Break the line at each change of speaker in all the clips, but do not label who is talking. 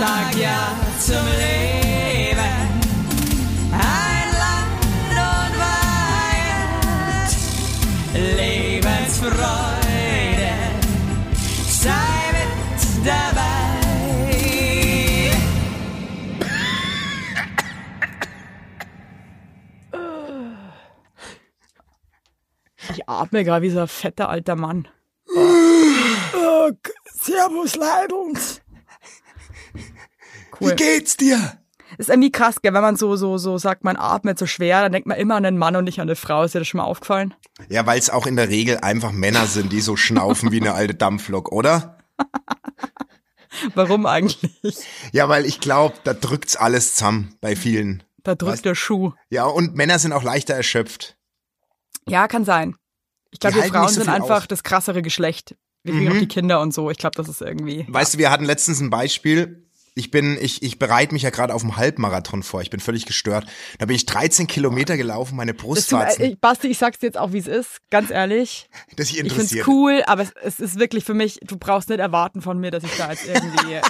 sag ja zum Leben. Ein Land und Wahrheit, Lebensfreude, sei mit dabei.
Ich atme gerade wie so ein fetter alter Mann.
Oh, Servus, Leidens.
Cool.
Wie geht's dir?
Ist irgendwie krass, gell, wenn man so, so, so sagt, man atmet so schwer, dann denkt man immer an einen Mann und nicht an eine Frau. Ist dir das schon mal aufgefallen?
Ja, weil es auch in der Regel einfach Männer sind, die so schnaufen wie eine alte Dampflok, oder?
Warum eigentlich?
Ja, weil ich glaube, da drückt's alles zusammen bei vielen.
Da drückt
Was?
der Schuh.
Ja, und Männer sind auch leichter erschöpft.
Ja, kann sein. Ich glaube,
Die
wir
halten nicht
Frauen
so
sind
viel
einfach
aus. Mhm.
das krassere Geschlecht. Wir kriegen auch die Kinder und so. Ich glaube, das ist irgendwie.
Weißt du, wir hatten letztens ein Beispiel. Ich bin, ich, ich bereite mich ja gerade auf einen Halbmarathon vor. Ich bin völlig gestört. Da bin ich 13 Kilometer gelaufen, meine
Das
Brust
tut,
warzen.
ich, äh, Basti, ich sag's dir jetzt auch, wie es ist. Ganz ehrlich.
Das ich
Ich find's
interessiert.
cool, aber es, es ist wirklich für mich, du brauchst nicht erwarten von mir, dass ich da jetzt irgendwie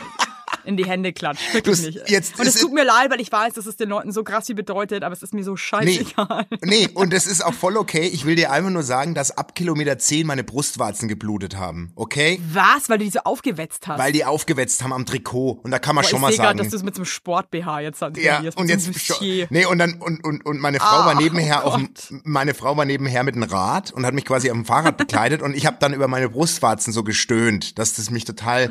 in die Hände klatsche. Wirklich
Du-
nicht.
jetzt
und es
ist-
tut mir leid, weil ich weiß, dass es den Leuten so krass viel bedeutet, aber es ist mir so
Nee,
scheißegal.
nee, und das ist auch voll okay. Ich will dir einfach nur sagen, dass ab Kilometer 10 meine Brustwarzen geblutet haben, okay?
Was? Weil du die so aufgewetzt hast.
Weil die aufgewetzt haben am Trikot. Und da kann man
Boah,
schon
ich
mal
sehe gerade,
sagen.
dass du es mit so einem Sport-BH jetzt
ja,
trainierst,
und
mit so
jetzt
einem
schon-
Bustier.
nee und dann und und und meine Frau
Ah,
war nebenher
oh
auf dem,
Gott.
meine Frau war nebenher mit einem Rad und hat mich quasi auf dem Fahrrad bekleidet und ich habe dann über meine Brustwarzen so gestöhnt, dass das mich total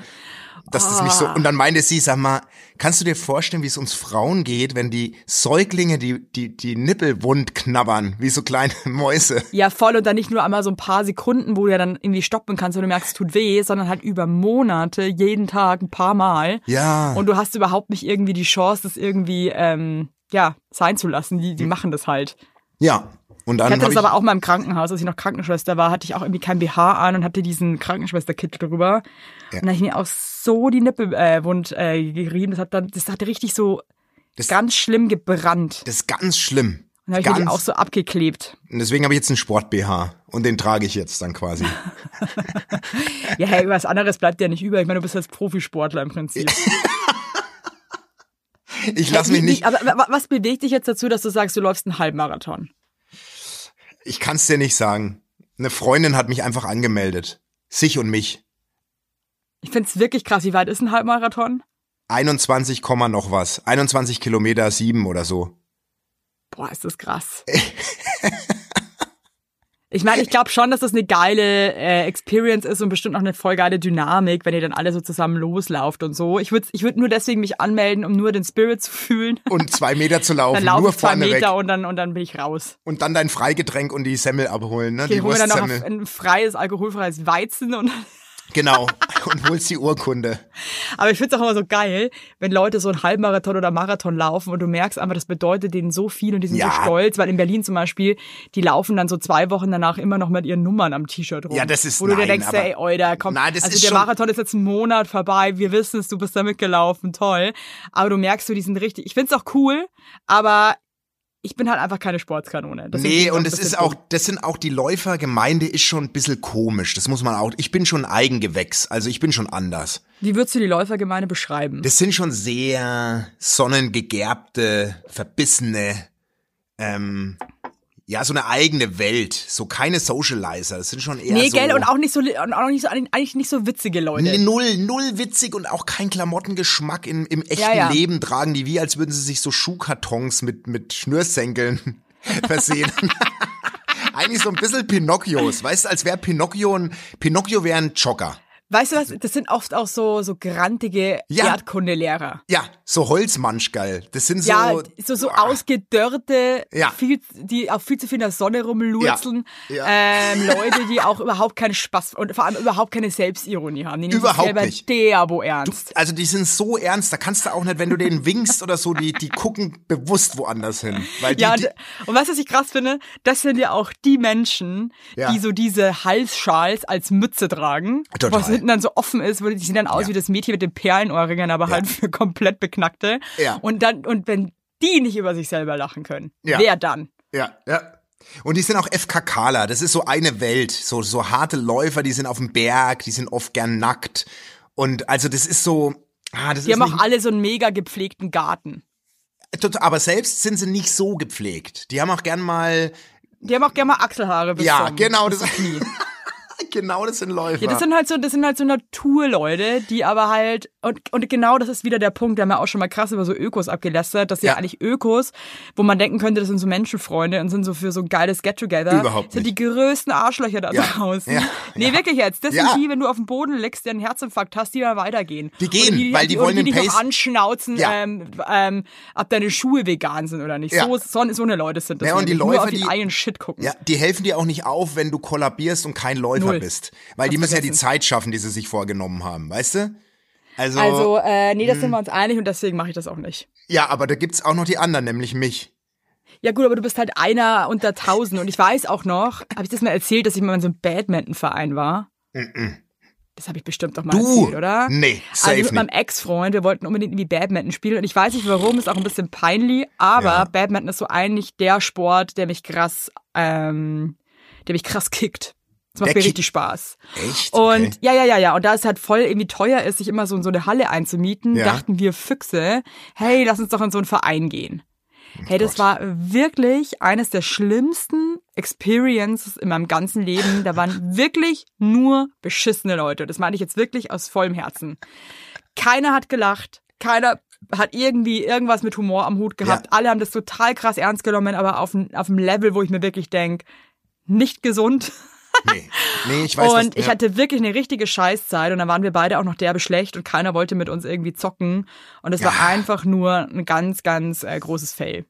dass das mich so und dann meinte sie, sag mal, kannst du dir vorstellen, wie es uns Frauen geht, wenn die Säuglinge die die die Nippel wund knabbern, wie so kleine Mäuse.
Ja, voll und dann nicht nur einmal so ein paar Sekunden, wo du ja dann irgendwie stoppen kannst, wenn du merkst, es tut weh, sondern halt über Monate, jeden Tag, ein paar Mal.
Ja.
Und du hast überhaupt nicht irgendwie die Chance, das irgendwie, ähm, ja, sein zu lassen. Die, die machen das halt.
Ja, und Mhm. dann
Ich hatte
hab
das aber auch mal im Krankenhaus, als ich noch Krankenschwester war, hatte ich auch irgendwie kein BH an und hatte diesen Krankenschwester-Kit drüber. Und da habe ich mir auch so die Nippel äh, wund äh, gerieben. Das hat dann, das hat richtig so
Das-
ganz schlimm gebrannt.
das ist ganz schlimm.
Und da habe ich mir die
ganz,
auch so abgeklebt.
und deswegen habe ich jetzt einen Sport BH und den trage ich jetzt dann quasi.
Ja, hey, was anderes bleibt dir nicht über. Ich meine, du bist jetzt Profisportler im Prinzip.
Ich lasse mich
Wie- wie-
nicht
Aber wa- was bewegt dich jetzt dazu, dass du sagst, du läufst einen Halbmarathon?
Ich kann es dir nicht sagen. Eine Freundin hat mich einfach angemeldet. Sich und mich.
Ich find's wirklich krass. Wie weit ist ein Halbmarathon?
21, Komma noch was. 21 Kilometer sieben oder so.
Boah, ist das krass. Ich meine, ich glaube schon, dass das eine geile äh, Experience ist und bestimmt auch eine voll geile Dynamik, wenn ihr dann alle so zusammen loslauft und so. Ich würde ich würd nur deswegen mich anmelden, um nur den Spirit zu fühlen.
Und zwei Meter zu laufen,
Dann laufe
nur
ich zwei
vorne
Meter
weg.
und dann, und dann bin ich raus.
Und dann dein Freigetränk und die Semmel abholen, ne?
Ich
die
hole mir dann noch
Wurstsemmel.
ein freies, alkoholfreies Weizen und
Genau. Und holst die Urkunde.
Aber ich find's auch immer so geil, wenn Leute so einen Halbmarathon oder Marathon laufen und du merkst einfach, das bedeutet denen so viel und die sind
Ja.
so stolz, weil in Berlin zum Beispiel, die laufen dann so zwei Wochen danach immer noch mit ihren Nummern am T-Shirt rum.
Ja, das ist-
Wo du
nein,
dir denkst,
aber-
ey, Oida, komm,
Nein, das
also
ist
der
schon-
Marathon ist jetzt einen Monat vorbei, wir wissen es, du bist da mitgelaufen, toll. Aber du merkst, so, die sind richtig, ich find's auch cool, aber ich bin halt einfach keine Sportskanone. Deswegen
Nee,
find's
und
ein
es
bisschen
ist auch,
dumm.
das sind auch die Läufergemeinde ist schon ein bisschen komisch. Das muss man auch, ich bin schon ein Eigengewächs. Also ich bin schon anders.
Wie würdest du die Läufergemeinde beschreiben?
Das sind schon sehr sonnengegerbte, verbissene, ähm, ja, so eine eigene Welt. So keine Socializer. Das sind schon eher
Nee,
so.
gell, und auch nicht so, und auch nicht so, eigentlich nicht so witzige Leute.
Null, null witzig und auch kein Klamottengeschmack im, im echten
Ja, ja.
Leben tragen die, wie als würden sie sich so Schuhkartons mit, mit Schnürsenkeln versehen. Eigentlich so ein bisschen Pinocchios, weißt du, als wäre Pinocchio ein, Pinocchio wäre ein Jogger.
Weißt du was? Das sind oft auch so, so grantige
Also Ja.
Erdkundelehrer.
Ja, so Holzmanschgeil. Das sind so. Ah.
Ja, so, so ausgedörrte,
Ja.
viel, die auch viel zu viel in der Sonne rumlurzeln.
Ja. Ja.
Ähm, Leute, die auch überhaupt keinen Spaß und vor allem überhaupt keine Selbstironie haben. Die nehmen
Überhaupt
sich selber
nicht.
derbo ernst.
Also die sind so ernst, da kannst du auch nicht, wenn du denen winkst oder so, die, die gucken bewusst woanders hin. Weil die,
ja,
die,
und, und weißt du, was ich krass finde? Das sind ja auch die Menschen,
Ja.
die so diese Halsschals als Mütze tragen,
Total.
was hinten dann so offen ist, wo die sehen dann aus
Ja.
wie das Mädchen mit den Perlenohrringen, aber halt für komplett Beknackte.
Ja.
Und dann, und wenn die nicht über sich selber lachen können,
Ja.
wer dann?
ja, ja. Und die sind auch FKKler, das ist so eine Welt. So, so harte Läufer, die sind auf dem Berg, die sind oft gern nackt. Und also das ist so, Ah, das
Die
ist
haben auch
nicht, äh,
alle so einen mega gepflegten Garten.
tot- aber selbst sind sie nicht so gepflegt. Die haben auch gern mal,
Die haben auch gerne mal Achselhaare. Bis
ja,
zum-
genau
bis
das,
zum Knie.
genau das sind Läufer.
Ja, das sind halt so, das sind halt so Naturleute, die aber halt und, und genau das ist wieder der Punkt, da haben wir auch schon mal krass über so Ökos abgelästert, dass ja,
Ja.
eigentlich Ökos, wo man denken könnte, das sind so Menschenfreunde und sind so für so ein geiles Get-Together,
Überhaupt
sind
nicht.
die größten Arschlöcher da
Ja.
draußen.
Ja.
Nee, wirklich jetzt, das
Ja.
sind die, wenn du auf dem Boden liegst, der einen Herzinfarkt hast, die dann weitergehen.
Die gehen,
Und
weil die
und
wollen
die
den
dich noch
Pace-
anschnauzen,
Ja.
ähm, ähm, ob deine Schuhe vegan sind oder nicht.
Ja.
So, so, so eine Leute sind das.
Ja, und die
nämlich, nur
Läufer,
auf den
die-
eigenen Shit gucken.
Ja, die helfen dir auch nicht auf, wenn du kollabierst und kein Läufer
Null.
bist. Weil die
Hast
müssen ja die
vergessen.
Zeit schaffen, die sie sich vorgenommen haben, weißt du? Also,
Also, äh, nee, das
Mhm.
sind wir uns einig und deswegen mache ich das auch nicht.
ja, aber da gibt's auch noch die anderen, nämlich mich.
Ja gut, aber du bist halt einer unter tausend. Und ich weiß auch noch, habe ich das mal erzählt, dass ich mal in so einem Badminton-Verein war? Das habe ich bestimmt doch mal
Mhm. Du?
erzählt, oder?
Nee, safe
Also mit meinem
nicht.
Ex-Freund, wir wollten unbedingt irgendwie Badminton spielen. Und ich weiß nicht warum, ist auch ein bisschen peinlich, aber
Ja.
Badminton ist so eigentlich der Sport, der mich krass, ähm, der mich krass kickt. Das macht
Der
mir
kick-
richtig Spaß.
Echt?
Und
Okay.
ja, ja, ja, ja. Und da es halt voll irgendwie teuer ist, sich immer so in so eine Halle einzumieten,
Ja.
dachten wir Füchse, hey, lass uns doch in so einen Verein gehen. Hey, das
Oh Gott.
war wirklich eines der schlimmsten Experiences in meinem ganzen Leben. Da waren wirklich nur beschissene Leute. Das meine ich jetzt wirklich aus vollem Herzen. Keiner hat gelacht, keiner hat irgendwie irgendwas mit Humor am Hut gehabt.
Ja.
Alle haben das total krass ernst genommen, aber auf, n- auf einem Level, wo ich mir wirklich denk, nicht gesund
Nee. nee, ich weiß
und
was,
ich
ja.
hatte wirklich eine richtige Scheißzeit und dann waren wir beide auch noch derbe schlecht und keiner wollte mit uns irgendwie zocken. Und es war einfach nur ein ganz, ganz äh, großes Fail.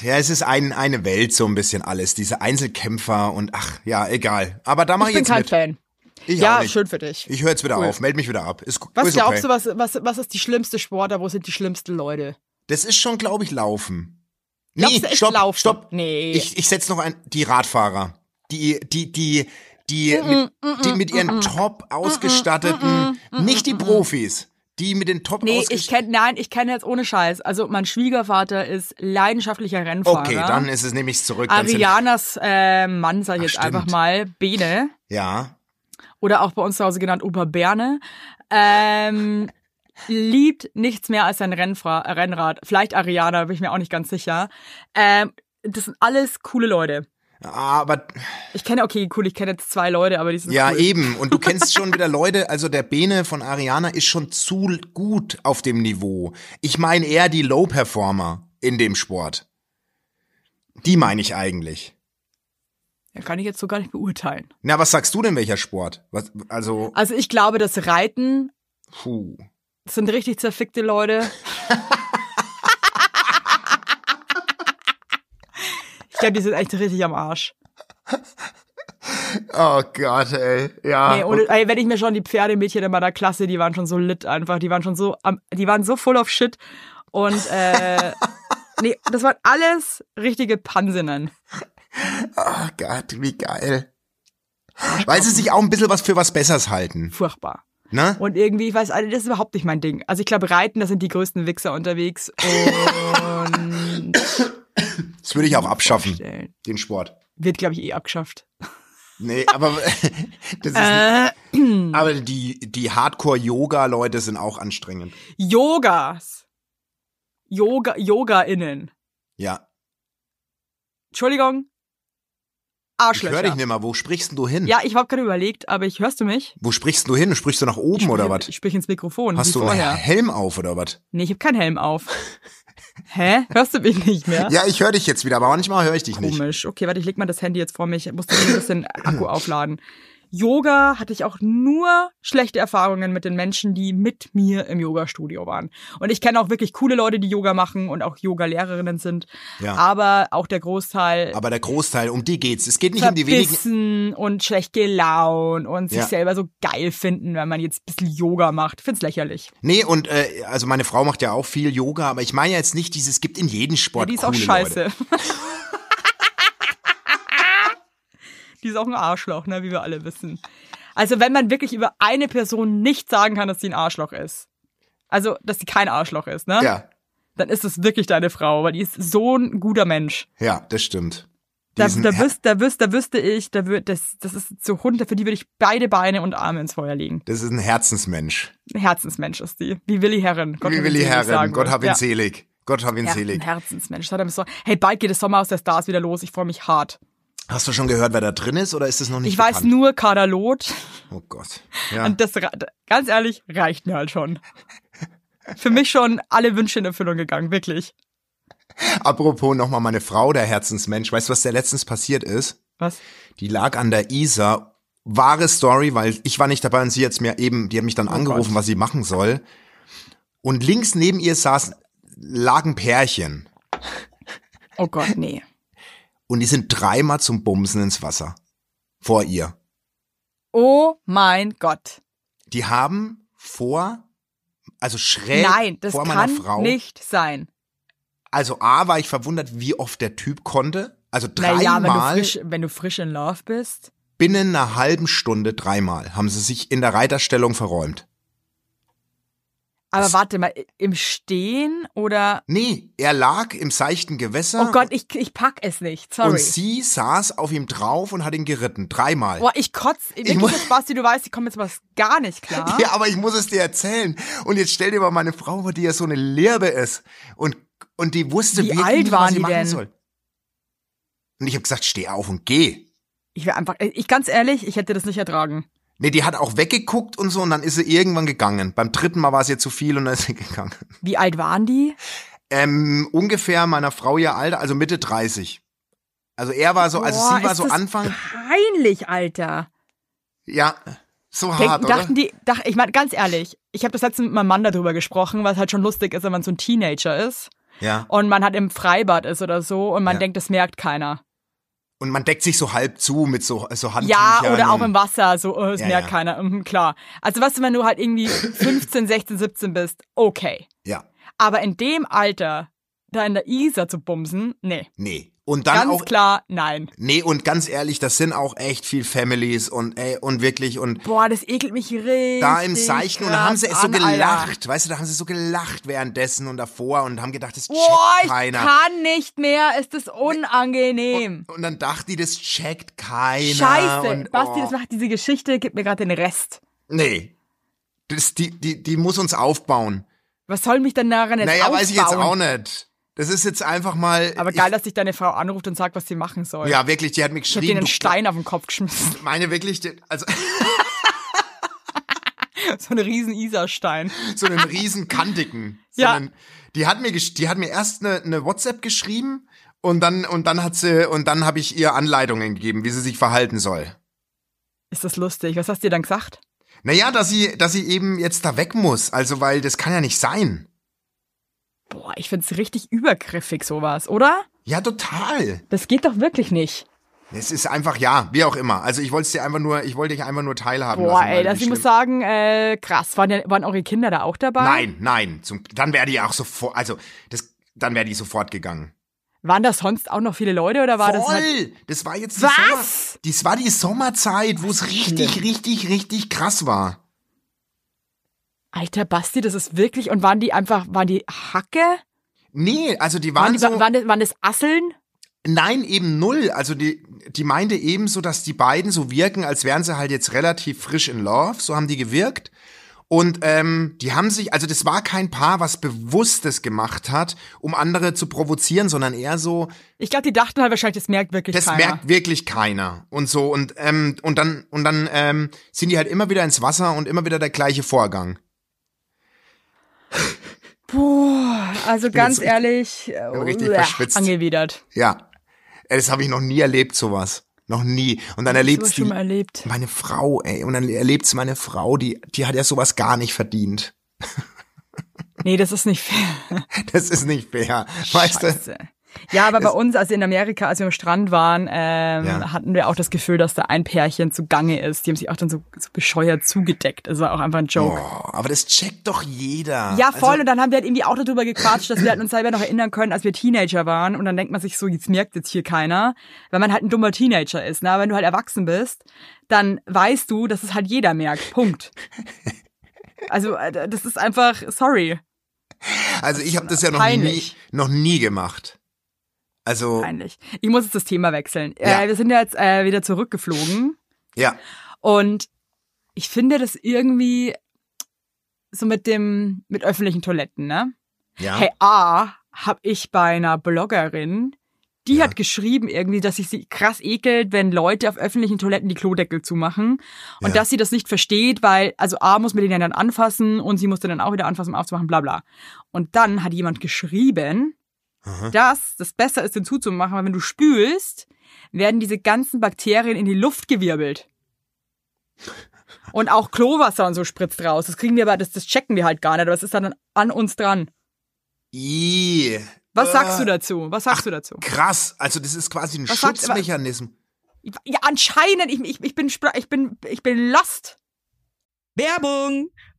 ja, es ist ein, eine Welt so ein bisschen alles, diese Einzelkämpfer und ach, ja, egal. Aber da mache
Ich
ich
bin
jetzt
kein
mit.
Fan.
Ich auch
Ja,
nicht.
schön für dich.
Ich höre jetzt wieder
Cool.
auf, meld mich wieder ab. Ist,
Was
ist okay.
glaubst du, was, was, was ist die schlimmste Sportart? Wo sind die schlimmsten Leute?
Das ist schon, glaube ich, Laufen.
Glaubst du echt
stopp,
Laufen?
stopp.
Nee.
Ich, ich setz noch ein, die Radfahrer. Die, die, die, die, mit, die mit ihren top ausgestatteten, nicht die Profis, die mit den top
Nee, ich kenn,
ausgestatteten.
nein, ich kenne jetzt ohne Scheiß. Also mein Schwiegervater ist leidenschaftlicher Rennfahrer.
Okay, dann ist es nämlich zurück. Dann sind,
Arianas äh, Mann, sag ich
Ach,
jetzt
stimmt.
einfach mal, Bene.
ja.
oder auch bei uns zu Hause genannt Opa Berne, ähm, liebt nichts mehr als sein Rennfra äh, Rennrad. Vielleicht Ariana, bin ich mir auch nicht ganz sicher. Ähm, das sind alles coole Leute.
Aber
Ich kenne, okay, cool, ich kenne jetzt zwei Leute, aber die sind
ja,
cool.
eben. Und du kennst schon wieder Leute, also der Bene von Ariana ist schon zu gut auf dem Niveau. Ich meine eher die Low-Performer in dem Sport. Die meine ich eigentlich.
Ja, Kann ich jetzt so gar nicht beurteilen.
Na, was sagst du denn, welcher Sport? Was, also,
Also ich glaube, das Reiten
puh.
das sind richtig zerfickte Leute. ich glaube, die sind echt richtig am Arsch.
Oh Gott, ey. Ja. Oh
Nee, ohne, ey, wenn ich mir schon die Pferdemädchen in meiner Klasse, die waren schon so lit einfach, die waren schon so, am, die waren so full of shit und äh, nee, das waren alles richtige Pansinnen.
oh Gott, wie geil. Weil sie sich auch ein bisschen was für was Besseres halten.
Furchtbar.
Ne?
Und irgendwie, ich weiß, also, das ist überhaupt nicht mein Ding. Also ich glaube, Reiten, das sind die größten Wichser unterwegs. Und
Das würde ich auch abschaffen,
Stellen.
den Sport.
wird, glaube ich, eh abgeschafft.
Nee, aber das ist
Äh,
nicht, aber die die Hardcore Yoga Leute sind auch anstrengend.
Yogas. Yoga, Yoga-Innen.
Ja.
Entschuldigung.
Ich
Arschlöcher.
höre dich nicht mehr. Wo sprichst denn du hin?
Ja, ich habe gerade überlegt, aber ich hörst du mich?
Wo sprichst denn du hin? Sprichst du nach oben
ich
oder
sprich-
was?
Ich sprich ins Mikrofon. wie
Hast du einen
vorher.
Helm auf oder was?
Nee, ich habe keinen Helm auf. Hä? Hörst du mich nicht mehr?
Ja, ich höre dich jetzt wieder, aber manchmal höre ich dich nicht.
Komisch. Okay, warte, ich leg mal das Handy jetzt vor mich. Ich muss da ein bisschen Akku aufladen. Yoga hatte ich auch nur schlechte Erfahrungen mit den Menschen, die mit mir im Yoga-Studio waren. Und ich kenne auch wirklich coole Leute, die Yoga machen und auch Yoga-Lehrerinnen sind.
Ja.
Aber auch der Großteil
Aber der Großteil, um die geht's. Es geht nicht um die wenigen.
verbissen und schlecht gelaunt und sich
Ja.
selber so geil finden, wenn man jetzt ein bisschen Yoga macht. Ich find's lächerlich.
Nee, und äh, also meine Frau macht ja auch viel Yoga, aber ich meine ja jetzt nicht dieses, es gibt in jedem
Ja,
Sport
die ist auch
coole
scheiße.
Leute.
die ist auch ein Arschloch, ne, wie wir alle wissen. Also, wenn man wirklich über eine Person nicht sagen kann, dass sie ein Arschloch ist. Also, dass sie kein Arschloch ist, ne?
Ja,
Dann ist es wirklich deine Frau, weil die ist so ein guter Mensch.
ja, das stimmt.
Da,
Diesen-
da, wüs, da, wüs, da wüsste ich, da wür, das, das ist so Hund, für die würde ich beide Beine und Arme ins Feuer legen.
Das ist ein Herzensmensch.
Herzensmensch ist die. Wie Willi Herren. Gott
Wie
hab
will
ihn
die
selig,
Herren,
sagen
Gott
wir.
hab ihn
Ja.
selig. Gott hab ihn
Ja, ein
selig.
Herzensmensch. Das hat er mir so, hey, bald geht der Sommer aus der Stars wieder los. Ich freue mich hart.
Hast du schon gehört, wer da drin ist oder ist es noch nicht
Ich weiß
bekannt?
nur Kaderlot.
Oh Gott. Ja.
Und das, ra- ganz ehrlich, reicht mir halt schon. Für mich schon alle Wünsche in Erfüllung gegangen, wirklich.
Apropos nochmal meine Frau, der Herzensmensch. Weißt du, was der letztens passiert ist?
Was?
Die lag an der Isar. Wahre Story, weil ich war nicht dabei und sie jetzt mir eben, die hat mich dann
Oh
angerufen,
Gott.
was sie machen soll. Und links neben ihr saß, lagen Pärchen.
Oh Gott, nee.
Und die sind dreimal zum Bumsen ins Wasser. Vor ihr.
Oh mein Gott.
Die haben vor, also schräg
Nein, das
vor meiner
kann
Frau.
nicht sein.
Also A war ich verwundert, wie oft der Typ konnte. Also
Naja,
dreimal
wenn du, frisch, wenn du frisch in Love bist.
binnen einer halben Stunde dreimal haben sie sich in der Reiterstellung verräumt.
Aber
Das-
warte mal, im Stehen oder.
Nee, er lag im seichten Gewässer
Oh Gott, ich, ich pack es nicht. Sorry.
Ah. und sie saß auf ihm drauf und hat ihn geritten. Dreimal.
Boah, ich kotze. Wirklich,
muss-
jetzt, Basti, du weißt, ich komme jetzt was gar nicht klar.
Ja, aber ich muss es dir erzählen. Und jetzt stell dir mal meine Frau vor, die ja so eine Lirbe ist. Und, und die wusste
Wie
wirklich
alt
nicht,
waren
was sie
die
machen
denn?
soll. Und ich habe gesagt, steh auf und geh.
Ich wäre einfach. äh, Ich ganz ehrlich, ich hätte das nicht ertragen.
Nee, die hat auch weggeguckt und so und dann ist sie irgendwann gegangen. Beim dritten Mal war es ihr zu viel und dann ist sie gegangen.
Wie alt waren die?
Ähm, ungefähr meiner Frau ihr Alter, also Mitte 30. Also er war so, also
Boah,
sie war
ist
so
das
Anfang,
Peinlich, Alter.
ja, so hart,
Denken,
oder?
dachten die, dach, ich meine, ganz ehrlich, ich habe das letzte mit meinem Mann darüber gesprochen, was halt schon lustig ist, wenn man so ein Teenager ist
ja.
und man halt im Freibad ist oder so und man
Ja.
denkt, das merkt keiner.
Und man deckt sich so halb zu mit so, so
Ja,
Handtüchern.
oder auch
und-
im Wasser, so, oh, das
Ja,
merkt
ja.
keiner, mhm, klar. Also, weißt du, wenn du halt irgendwie 15, 16, 17 bist, okay.
Ja,
Aber in dem Alter, da in der Isar zu bumsen, nee.
nee. Und dann
ganz
auch,
klar, nein.
nee, und ganz ehrlich, das sind auch echt viel Families und ey, und wirklich und
Boah, das ekelt mich richtig.
da im Seichen und da haben sie
krass
so
an, Alter.
gelacht, weißt du, da haben sie so gelacht währenddessen und davor und haben gedacht, das checkt
Boah, ich
keiner.
kann nicht mehr, es ist unangenehm.
Und dann dachte die, das checkt keiner.
Scheiße,
Oh, und,
Basti,
oh.
das macht diese Geschichte, gibt mir gerade den Rest.
Nee. Das, die, die, die muss uns aufbauen.
Was soll mich denn daran jetzt
naja,
aufbauen?
weiß ich jetzt auch nicht. Das ist jetzt einfach mal.
Aber geil, dass dich deine Frau anruft und sagt, was sie machen soll.
ich, Ja, wirklich, die hat mir
ich hab dir
geschrieben.
einen
du-
Stein auf den Kopf geschmissen.
Meine wirklich, die- also
so einen riesen Isarstein.
so einen riesen kantigen. So
Ja.
Einen, die hat mir, gesch- die hat mir erst eine, eine WhatsApp geschrieben und dann und dann hat sie und dann habe ich ihr Anleitungen gegeben, wie sie sich verhalten soll.
Ist das lustig? Was hast du dir dann gesagt?
Naja, dass sie, dass sie eben jetzt da weg muss. Also weil das kann ja nicht sein.
Boah, ich find's richtig übergriffig, sowas, oder?
Ja, total.
Das geht doch wirklich nicht.
Es ist einfach ja, wie auch immer. Also ich wollte es dir einfach nur, ich wollte dich einfach nur teilhaben
Boah,
lassen. weil
ey, das,
wie
ich muss
schlimm-
sagen, äh, krass. Waren, denn- waren eure Kinder da auch dabei?
Nein, nein. Zum, dann wäre die auch sofort, also das, dann wäre die sofort gegangen.
Waren da sonst auch noch viele Leute oder war das
Voll!
halt,
das war jetzt die
Was?
Sommer, das war die Sommerzeit, wo es richtig, richtig, richtig krass war.
Alter Basti, das ist wirklich und waren die einfach waren die Hacke?
Nee, also die
Waren,
waren,
die,
so,
waren, das, waren das Asseln?
nein, eben null. Also die, die meinte eben so, dass die beiden so wirken, als wären sie halt jetzt relativ frisch in Love. So haben die gewirkt. Und ähm, die haben sich, also das war kein Paar, was Bewusstes gemacht hat, um andere zu provozieren, sondern eher so,
Ich glaube, die dachten halt wahrscheinlich, das merkt wirklich
Das
keiner.
merkt wirklich keiner und so und ähm, und dann und dann ähm, sind die halt immer wieder ins Wasser und immer wieder der gleiche Vorgang.
Boah, also ganz
jetzt richtig-
ehrlich,
richtig
uah,
verschwitzt.
angewidert.
Ja, Äh, das habe ich noch nie erlebt sowas, noch nie. Und dann
Das
erlebst
schon
du
mal erlebt.
meine Frau, ey, und dann erlebst du meine Frau, die die hat ja sowas gar nicht verdient.
Nee, das ist nicht fair.
Das ist nicht fair, weißt du?
Scheiße. Ja, aber bei uns, also in Amerika, als wir am Strand waren, ähm,
Ja.
hatten wir auch das Gefühl, dass da ein Pärchen zugange ist. Die haben sich auch dann so, so bescheuert zugedeckt. Das war auch einfach ein Joke.
Boah, aber das checkt doch jeder.
Ja, voll.
Also,
und dann haben wir halt irgendwie auch darüber gequatscht, dass wir halt uns selber noch erinnern können, als wir Teenager waren. Und dann denkt man sich so, jetzt merkt jetzt hier keiner, weil man halt ein dummer Teenager ist. Ne? Aber wenn du halt erwachsen bist, dann weißt du, dass es halt jeder merkt. Punkt. Also äh, das ist einfach, sorry.
also ich habe das ja noch nie
peinlich.
noch nie gemacht. Also,
Peinlich. Ich muss jetzt das Thema wechseln.
Ja.
Äh, wir sind ja jetzt äh, wieder zurückgeflogen.
ja.
Und ich finde das irgendwie so mit dem, mit öffentlichen Toiletten, ne?
Ja.
Hey, A, habe ich bei einer Bloggerin, die hat geschrieben irgendwie, dass sich sie krass ekelt, wenn Leute auf öffentlichen Toiletten die Klodeckel zumachen und
Ja.
dass sie das nicht versteht, weil, also A, muss man den ja dann anfassen und sie musste dann auch wieder anfassen, um aufzumachen, bla bla. Und dann hat jemand geschrieben,
Aha.
dass das besser ist, den zuzumachen, weil wenn du spülst, werden diese ganzen Bakterien in die Luft gewirbelt. Und auch Klowasser und so spritzt raus. Das kriegen wir aber, das, das checken wir halt gar nicht, aber es ist dann an uns dran.
I.
Was
Äh,
sagst du dazu? Was sagst du dazu?
Krass, also das ist quasi ein
Was sagt-
Schutzmechanismus.
Ja, anscheinend, ich, ich, ich bin spra- ich bin ich bin lost.
Werbung!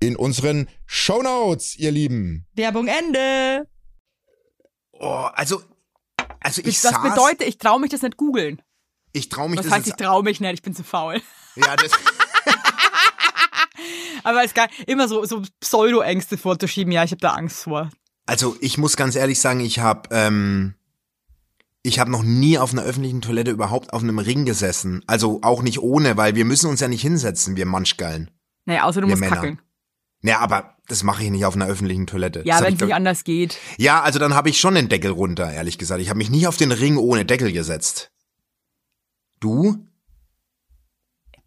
in unseren Shownotes, ihr Lieben.
Werbung Ende.
Oh, also, also ich,
das
saß,
bedeutet, ich traue mich das nicht googeln.
ich traue mich
Das
das
heißt, ich
jetzt,
traue mich nicht, ich bin zu faul.
ja, das,
Aber ist geil, immer so, so Pseudo-Ängste vorzuschieben. Ja, ich habe da Angst vor.
also ich muss ganz ehrlich sagen, ich habe ähm, ich habe noch nie auf einer öffentlichen Toilette überhaupt auf einem Ring gesessen. Also auch nicht ohne, weil wir müssen uns ja nicht hinsetzen, wir Manschgallen.
Naja, außer du
Wir
musst
Männer.
kackeln.
Ja, aber das mache ich nicht auf einer öffentlichen Toilette.
Ja,
Das hab
wenn
ich,
es
glaub-
nicht anders geht.
ja, also dann habe ich schon den Deckel runter, ehrlich gesagt. Ich habe mich nie auf den Ring ohne Deckel gesetzt. Du?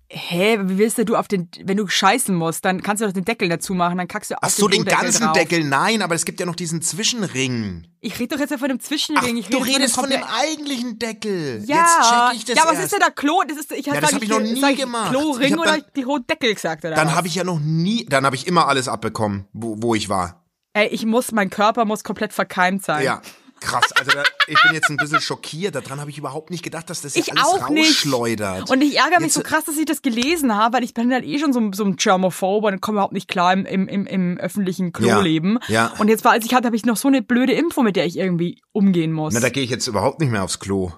Hä, wie willst du auf den, wenn du scheißen musst, dann kannst du doch den Deckel dazu machen, dann kackst du auf
Ach so, den
Klodeckel
ganzen
drauf.
Deckel, nein, aber es gibt ja noch diesen Zwischenring.
Ich rede doch jetzt ja von dem
Ach,
Zwischenring. ich
du
rede
redest von dem
komple-
eigentlichen Deckel.
Ja,
Jetzt check ich das
ja, was
erst.
ist denn da Klo? Das ist, ich
Ja, das
sag
hab ich noch nie
sag ich
gemacht. Ich
Klo-Ring
hab
oder
dann-
die rote Deckel gesagt, oder?
Dann
was?
habe ich ja noch nie, dann habe ich immer alles abbekommen, wo, wo ich war.
Ey, ich muss, mein Körper muss komplett verkeimt sein.
Ja, krass. Also da, ich bin jetzt ein bisschen schockiert. Daran habe ich überhaupt nicht gedacht, dass das ja
Ich
alles
auch nicht.
rausschleudert.
Und ich ärgere mich
Jetzt-
so krass, dass ich das gelesen habe, weil ich bin halt eh schon so, ein- so ein Germophob und komme überhaupt nicht klar im, im, im, im öffentlichen Kloleben.
ja.
Und jetzt war, als ich hatte, habe ich noch so eine blöde Info, mit der ich irgendwie umgehen muss.
Na, da gehe ich jetzt überhaupt nicht mehr aufs Klo.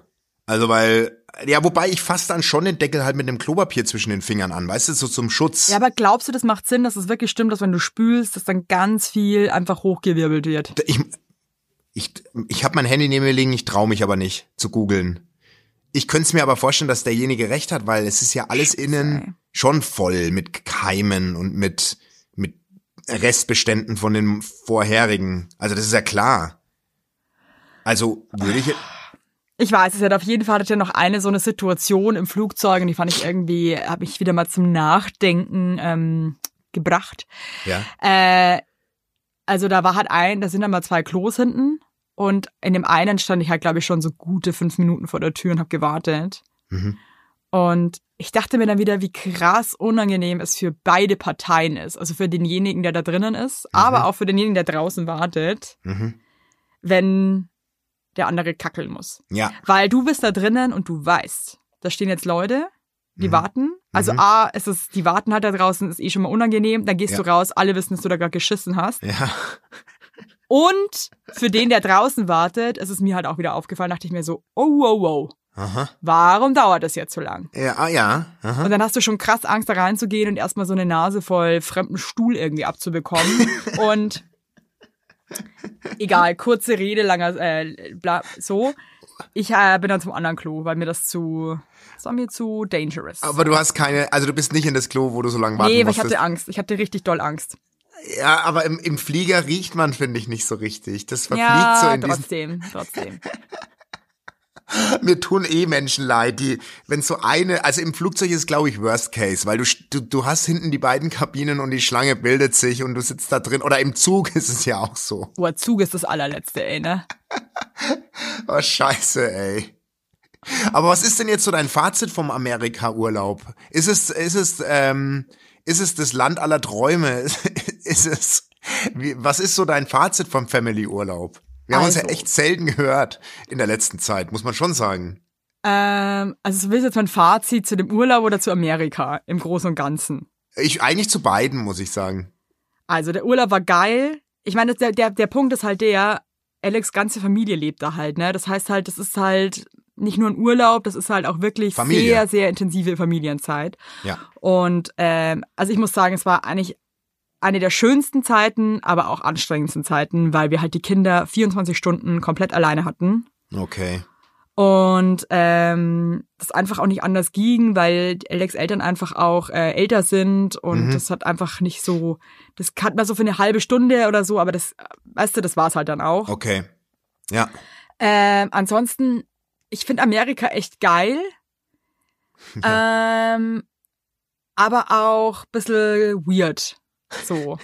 Also weil, ja, wobei ich fasse dann schon den Deckel halt mit dem Klopapier zwischen den Fingern an, weißt du, so zum Schutz.
ja, aber glaubst du, das macht Sinn, dass es wirklich stimmt, dass wenn du spülst, dass dann ganz viel einfach hochgewirbelt wird?
ich ich, ich habe mein Handy neben mir liegen, ich traue mich aber nicht zu googeln. Ich könnte es mir aber vorstellen, dass derjenige recht hat, weil es ist ja alles innen schon voll mit Keimen und mit, mit Restbeständen von den vorherigen. Also das ist ja klar. Also würde ich,
Ich weiß es ja, auf jeden Fall hatte ich ja noch eine so eine Situation im Flugzeug und die fand ich irgendwie, habe ich wieder mal zum Nachdenken ähm, gebracht.
ja,
Äh, also da war halt ein, da sind dann mal zwei Klos hinten und in dem einen stand ich halt, glaube ich, schon so gute fünf Minuten vor der Tür und habe gewartet.
Mhm.
Und ich dachte mir dann wieder, wie krass unangenehm es für beide Parteien ist. Also für denjenigen, der da drinnen ist, aber auch für denjenigen, der draußen wartet,
mhm.
wenn der andere kackeln muss.
ja,
Weil du bist da drinnen und du weißt, da stehen jetzt Leute, die
Mhm.
warten. Also
Mhm.
A, es ist, die warten halt da draußen, ist eh schon mal unangenehm. Dann gehst
Ja.
du raus, alle wissen, dass du da gerade geschissen hast.
ja.
Und für den, der draußen wartet, es ist mir halt auch wieder aufgefallen, dachte ich mir so, oh, wow, wow.
Aha.
Warum dauert das jetzt so lang?
Ja, ah, ja. Aha.
Und dann hast du schon krass Angst, da reinzugehen und erstmal so eine Nase voll fremden Stuhl irgendwie abzubekommen. und egal, kurze Rede, langer, äh, bla, so. Ich äh, bin dann zum anderen Klo, weil mir das zu, das war mir zu dangerous.
Aber du hast keine, also du bist nicht in das Klo, wo du so lange warten
nee, weil ich
musstest.
hatte Angst. Ich hatte richtig doll Angst.
ja, aber im, im Flieger riecht man, finde ich, nicht so richtig. Das verfliegt so
Ja,
in diesen.
trotzdem, trotzdem.
Mir tun eh Menschen leid, die, wenn so eine, also im Flugzeug ist, glaube ich, Worst Case, weil du, sch- du, du hast hinten die beiden Kabinen und die Schlange bildet sich und du sitzt da drin. Oder im Zug ist es ja auch so.
Boah, Zug ist das allerletzte, ey, ne?
Oh, scheiße, ey. Aber was ist denn jetzt so dein Fazit vom Amerika-Urlaub? Ist es, ist es, ähm, ist es das Land aller Träume? Ist es, wie, was ist so dein Fazit vom Family-Urlaub? Wir haben uns ja
Also.
echt selten gehört in der letzten Zeit, muss man schon sagen.
Ähm, also, willst du jetzt mein Fazit zu dem Urlaub oder zu Amerika im Großen und Ganzen?
Ich, eigentlich zu beiden, muss ich sagen.
Also der Urlaub war geil. Ich meine, der, der, der Punkt ist halt der, Alex' ganze Familie lebt da halt, ne? Das heißt halt, das ist halt nicht nur ein Urlaub, das ist halt auch wirklich
Familie.
sehr, sehr intensive Familienzeit.
Ja.
Und ähm, also ich muss sagen, es war eigentlich eine der schönsten Zeiten, aber auch anstrengendsten Zeiten, weil wir halt die Kinder 24 Stunden komplett alleine hatten.
Okay.
Und ähm, das einfach auch nicht anders ging, weil Alex Eltern einfach auch äh, älter sind und
Mhm.
das hat einfach nicht so, das hat man so für eine halbe Stunde oder so, aber das, äh, weißt du, das war's halt dann auch.
Okay. Ja.
Ähm, ansonsten, ich finde Amerika echt geil. ähm, aber auch ein bisschen weird. So.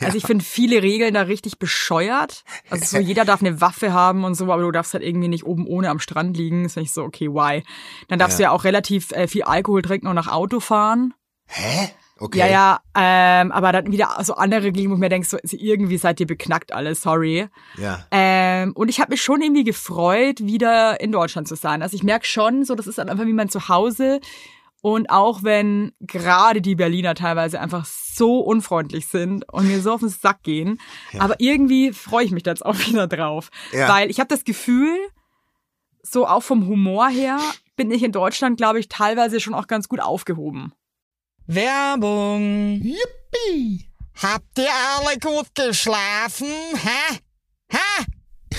Also ich finde viele Regeln da richtig bescheuert. Also so jeder darf eine Waffe haben und so, aber du darfst halt irgendwie nicht oben ohne am Strand liegen. Ist nicht so, okay, why? Dann darfst
Ja.
du ja auch relativ äh, viel Alkohol trinken und nach Auto fahren.
Hä? Okay.
Ja, ja, ähm, aber dann wieder so andere Regeln, wo ich mir denkst, so, irgendwie seid ihr beknackt alle, sorry.
Ja.
Ähm, und ich habe mich schon irgendwie gefreut, wieder in Deutschland zu sein. Also ich merke schon, so das ist dann einfach wie mein Zuhause. Und auch wenn gerade die Berliner teilweise einfach so unfreundlich sind und mir so auf den Sack gehen, aber irgendwie freue ich mich da jetzt auch wieder drauf.
Ja.
Weil ich habe das Gefühl, so auch vom Humor her, bin ich in Deutschland, glaube ich, teilweise schon auch ganz gut aufgehoben.
Werbung.
Yippie! Habt ihr alle gut geschlafen? Hä? Hä?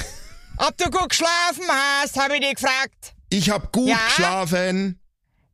Ob du gut geschlafen hast, habe ich dich gefragt.
Ich hab gut
Ja?
geschlafen.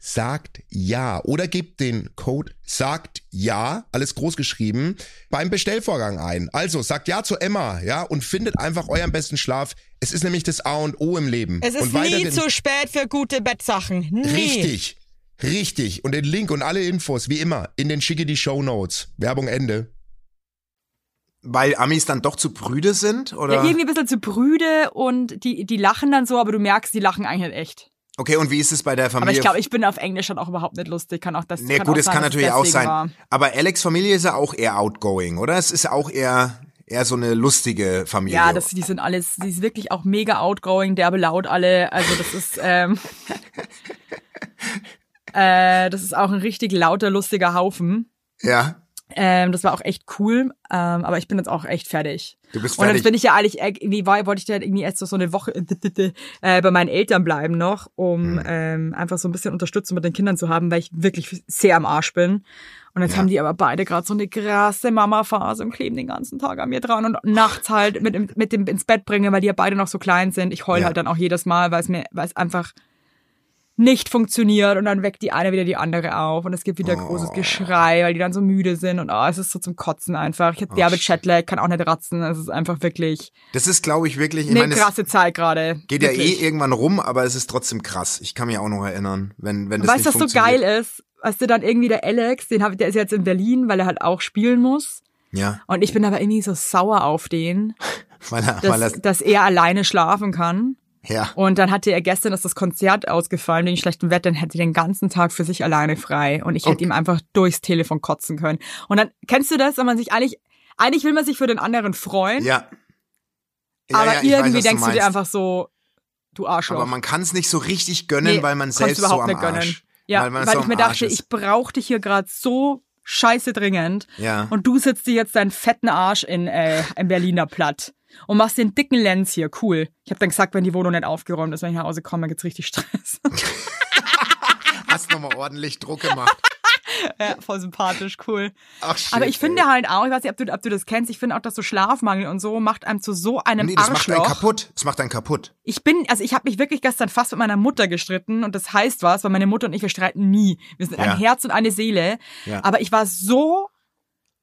sagt ja oder gebt den Code sagt ja, alles groß geschrieben, beim Bestellvorgang ein. Also sagt ja zu Emma, ja, und findet einfach euren besten Schlaf. Es ist nämlich das A und O im Leben.
Es ist
und weiter
nie
den-
zu spät für gute Bettsachen. Nie.
Richtig. Richtig. Und den Link und alle Infos, wie immer, in den schicke die Show Notes. Werbung Ende.
Weil Amis dann doch zu prüde sind? Oder?
Ja, irgendwie ein bisschen zu brüde und die, die lachen dann so, aber du merkst, die lachen eigentlich nicht echt.
okay, und wie ist es bei der Familie?
Aber ich glaube, ich bin auf Englisch dann auch überhaupt nicht lustig. Kann auch das
Nee,
kann
gut,
auch
es
sein,
kann
dass es
natürlich auch
deswegen
sein.
War.
Aber Alex' Familie ist ja auch eher outgoing, oder? Es ist auch eher, eher so eine lustige Familie.
Ja, das, die sind alles, die ist wirklich auch mega outgoing, derbe laut alle. Also das ist, ähm, äh, das ist auch ein richtig lauter, lustiger Haufen.
ja.
Ähm, Ähm, das war auch echt cool, ähm, aber ich bin jetzt auch echt fertig.
Du bist
Und
fertig.
jetzt bin ich ja eigentlich, äh, irgendwie war, wollte ich dann irgendwie erst noch so eine Woche äh, bei meinen Eltern bleiben noch, um
Mhm.
ähm, einfach so ein bisschen Unterstützung mit den Kindern zu haben, weil ich wirklich sehr am Arsch bin. Und jetzt haben die aber beide gerade so eine krasse Mama-Phase und kleben den ganzen Tag an mir dran und nachts halt mit, dem- mit dem ins Bett bringen, weil die ja beide noch so klein sind. Ich heul
Ja.
halt dann auch jedes Mal, weil es mir, weil es einfach nicht funktioniert und dann weckt die eine wieder die andere auf und es gibt
Oh.
wieder großes Geschrei, weil die dann so müde sind und oh, es ist so zum Kotzen einfach.
Oh,
Ich hab derbe Chatlag, kann auch nicht ratzen. Es ist einfach wirklich
Das ist, glaube ich, wirklich, ich
eine
meine, es
krasse Zeit gerade.
geht ja eh
wirklich.
irgendwann rum, aber es ist trotzdem krass. Ich kann mich auch noch erinnern, wenn, wenn das
Weißt du,
nicht
was so
funktioniert.
geil ist? Weißt du, dann irgendwie der Alex, den hab, der ist jetzt in Berlin, weil er halt auch spielen muss.
Ja,
Und ich bin aber irgendwie so sauer auf den,
weil er, weil
dass,
er,
dass er alleine schlafen kann.
ja.
Und dann hatte er gestern ist das Konzert ausgefallen wegen schlechtem Wetter, dann hätte er den ganzen Tag für sich alleine frei und ich hätte ihm einfach durchs Telefon kotzen können. Und dann kennst du das, wenn man sich eigentlich eigentlich will man sich für den anderen freuen,
Ja. Ja,
aber
ja, ich weiß,
irgendwie
was
denkst du, dir
meinst.
einfach so du Arschloch.
Aber man kann es nicht so richtig gönnen,
Nee,
weil man
kannst
selbst
du überhaupt
so am
nicht gönnen.
Arsch.
ja,
weil
weil,
man so
ich
am
mir
Arsch
dachte,
ist.
ich brauche dich hier gerade so scheiße dringend
Ja.
und du sitzt dir jetzt deinen fetten Arsch in äh, im Berliner Platt. Und machst den dicken Lenz hier, cool. Ich habe dann gesagt, wenn die Wohnung nicht aufgeräumt ist, wenn ich nach Hause komme, gibt's richtig Stress.
Hast nochmal ordentlich Druck gemacht.
ja, voll sympathisch, cool.
Ach, shit,
Aber ich finde
ey.
halt auch, ich weiß nicht, ob du, ob du das kennst, ich finde auch, dass so Schlafmangel und so macht einem zu so einem
Nee, das macht einen
Arschloch.
kaputt. Das macht einen kaputt.
Ich bin, also ich habe mich wirklich gestern fast mit meiner Mutter gestritten und das heißt was, weil meine Mutter und ich, wir streiten nie. Wir sind
Ja.
ein Herz und eine Seele.
Ja.
Aber ich war so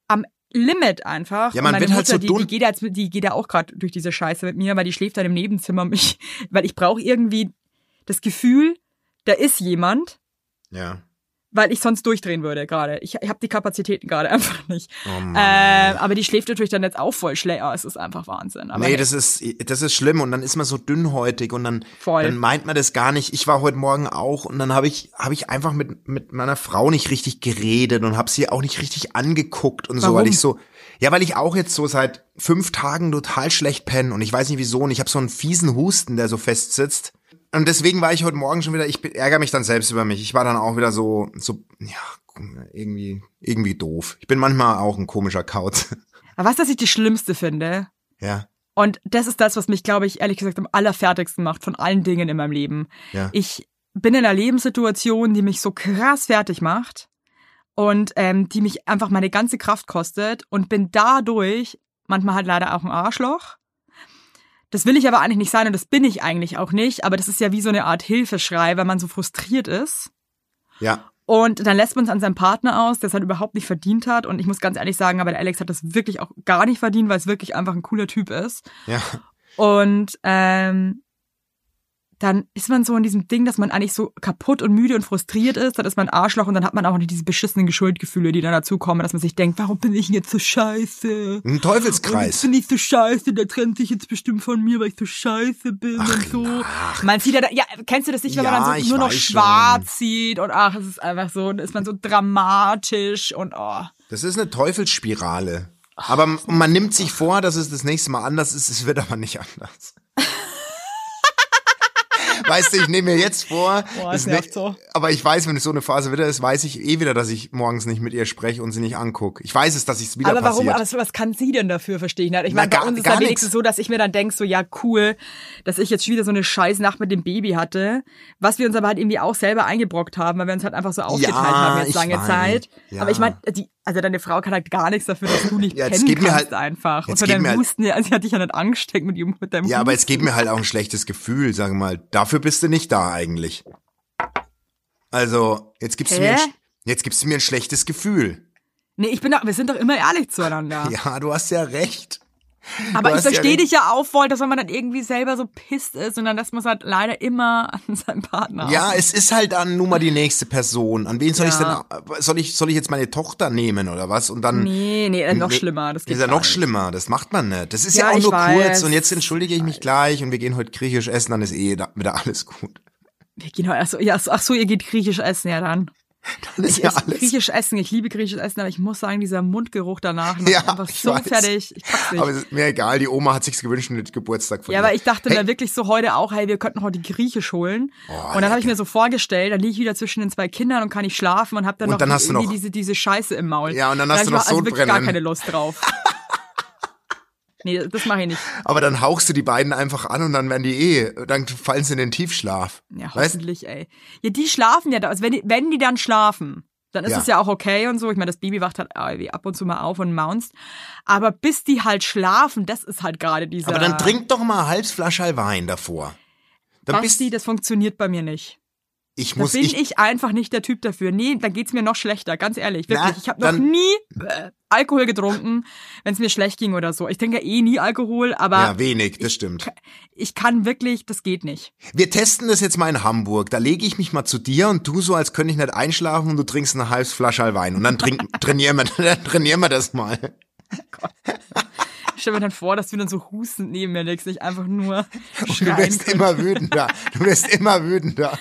am Limit einfach.
Ja, man
und meine
wird halt
Mutter,
so
die,
dun-
die geht ja jetzt, die geht ja auch gerade durch diese Scheiße mit mir, weil die schläft dann im Nebenzimmer und mich, weil ich brauche irgendwie das Gefühl, da ist jemand,
Ja.
weil ich sonst durchdrehen würde gerade. Ich, ich habe die Kapazitäten gerade einfach nicht.
Oh Mann.
Ähm, aber die schläft natürlich dann jetzt auch voll schlecht. Ja, es ist einfach Wahnsinn. Aber
nee, das ist, das ist schlimm und dann ist man so dünnhäutig und dann,
Voll.
dann meint man das gar nicht. Ich war heute Morgen auch und dann habe ich, hab ich einfach mit, mit meiner Frau nicht richtig geredet und habe sie auch nicht richtig angeguckt und so, weil
Warum?
ich so, ja, weil ich auch jetzt so seit fünf Tagen total schlecht penne und ich weiß nicht wieso und ich habe so einen fiesen Husten, der so fest sitzt. Und deswegen war ich heute Morgen schon wieder, ich be- ärgere mich dann selbst über mich. Ich war dann auch wieder so, so, ja, irgendwie, irgendwie doof. Ich bin manchmal auch ein komischer Kauz.
aber was, dass ich die Schlimmste finde?
ja,
Und das ist das, was mich, glaube ich, ehrlich gesagt am allerfertigsten macht von allen Dingen in meinem Leben.
ja.
Ich bin in einer Lebenssituation, die mich so krass fertig macht und ähm, die mich einfach meine ganze Kraft kostet und bin dadurch manchmal halt leider auch ein Arschloch. Das will ich aber eigentlich nicht sein und das bin ich eigentlich auch nicht, aber das ist ja wie so eine Art Hilfeschrei, wenn man so frustriert ist.
ja.
Und dann lässt man es an seinem Partner aus, der es halt überhaupt nicht verdient hat. Und ich muss ganz ehrlich sagen, aber der Alex hat das wirklich auch gar nicht verdient, weil es wirklich einfach ein cooler Typ ist.
Ja,
Und ähm, dann ist man so in diesem Ding, dass man eigentlich so kaputt und müde und frustriert ist. Dann ist man ein Arschloch und dann hat man auch nicht diese beschissenen Geschuldgefühle, die dann dazukommen, dass man sich denkt, warum bin ich denn jetzt so scheiße?
ein
Und jetzt
Teufelskreis.
bin ich so scheiße, der trennt sich jetzt bestimmt von mir, weil ich so scheiße bin und so. Man sieht ja, da, ja, kennst du das nicht, wenn
Ja,
man dann
ich
so nur noch
weiß
schwarz sieht und ach, es ist einfach so, dann ist man so dramatisch und oh.
Das ist eine Teufelsspirale. Aber m- man nimmt sich vor, dass es das nächste Mal anders ist, es wird aber nicht anders. weißt du, ich nehme mir jetzt vor,
Boah,
das
das nervt so.
aber ich weiß, wenn es so eine Phase wieder ist, weiß ich eh wieder, dass ich morgens nicht mit ihr spreche und sie nicht angucke. Ich weiß es, dass ich es wieder
Aber warum,
passiert.
aber was, was kann sie denn dafür, verstehe ich nicht. Ich
Na,
meine, bei
gar-
uns ist
gar
dann wenigstens
nix.
so, dass ich mir dann denk so ja cool, dass ich jetzt wieder so eine scheiß Nacht mit dem Baby hatte, was wir uns aber halt irgendwie auch selber eingebrockt haben, weil wir uns halt einfach so aufgeteilt haben jetzt
ich
lange
weiß.
Zeit.
Ja.
Aber ich meine, die, also deine Frau kann halt gar nichts dafür, dass du nicht
Ja,
ja,
jetzt
pennen
gib mir
kannst
halt-
einfach. Und
jetzt
für
gib mir
deinen
halt-
Husten, also sie hat dich ja nicht angesteckt mit, ihrem- mit deinem
ja, aber
Husten.
es gibt mir halt auch ein schlechtes Gefühl, sage mal. Dafür bist du nicht da eigentlich. Also, jetzt gibst du mir ein,
Hä?
sch- jetzt gibst du mir ein schlechtes Gefühl.
Nee, ich bin doch, wir sind doch immer ehrlich zueinander.
Ja, du hast ja recht.
aber
du
ich
hast ja
verstehe
recht.
dich ja auch voll, dass wenn man dann irgendwie selber so pisst ist und dann lässt man es halt leider immer an seinem Partner.
Ja, es ist halt dann nun mal die nächste Person. An wen soll
Ah. Ja.
ich denn, soll ich, soll ich jetzt meine Tochter nehmen oder was? Und dann.
Nee, nee, äh, noch schlimmer. Das geht
ist ja
gar
noch
nicht.
schlimmer. Das macht man nicht. Das ist ja,
Ja,
auch
ich
nur kurz.
weiß.
Und jetzt entschuldige ich mich gleich und wir gehen heute griechisch essen, dann ist eh da, wieder alles gut.
genau, also, Wir gehen heute, ach so, ja, ach so, ihr geht griechisch essen, ja dann.
Dann ist
Ich
ja
esse
alles.
griechisches Essen. Ich liebe griechisches Essen, aber ich muss sagen, dieser Mundgeruch danach macht
Ja,
einfach
ich
so
weiß.
fertig. Ich pack's nicht.
Aber es ist mir egal, die Oma hat sich's gewünscht und den Geburtstag von
Ja,
ihr.
aber ich dachte
hey,
mir wirklich so heute auch, hey, wir könnten heute griechisch holen. und dann habe ich mir so vorgestellt, dann liege ich wieder zwischen den zwei Kindern und kann nicht schlafen und habe dann
Und
noch,
dann hast du
irgendwie
noch-
diese, diese Scheiße im Maul.
Ja, und dann hast
hab
du
ich
noch
mal- also wirklich gar
Sodbrennen.
keine Lust drauf. nee, das mache ich nicht.
Aber dann hauchst du die beiden einfach an und dann werden die eh, dann fallen sie in den Tiefschlaf.
Ja,
weißt?
hoffentlich, ey. Ja, die schlafen ja da. Also wenn die, wenn die dann schlafen, dann ist
Ja.
es ja auch okay und so. Ich meine, das Baby wacht halt irgendwie ab und zu mal auf und maunst. Aber bis die halt schlafen, das ist halt gerade dieser.
Aber dann trink doch mal eine halbe Flasche Wein davor. Dann bist
Basti, das funktioniert bei mir nicht.
ich
Da
muss
bin
ich,
ich, einfach nicht der Typ dafür. Nee, da geht's mir noch schlechter, ganz ehrlich. Wirklich,
Na,
ich habe noch
dann-
nie äh, Alkohol getrunken, wenn es mir schlecht ging oder so. Ich trinke eh nie Alkohol, aber
ja wenig, das stimmt.
ich kann wirklich, das geht nicht.
Wir testen das jetzt mal in Hamburg. Da lege ich mich mal zu dir und du so, als könnte ich nicht einschlafen und du trinkst eine halbe Flasche Wein und dann trink, trainieren wir, dann trainieren wir das mal.
Ich stell mir dann vor, dass du dann so hustend neben mir liegst, nicht einfach nur
Du
schreien
wirst
können.
immer wütender. Du wirst immer wütender.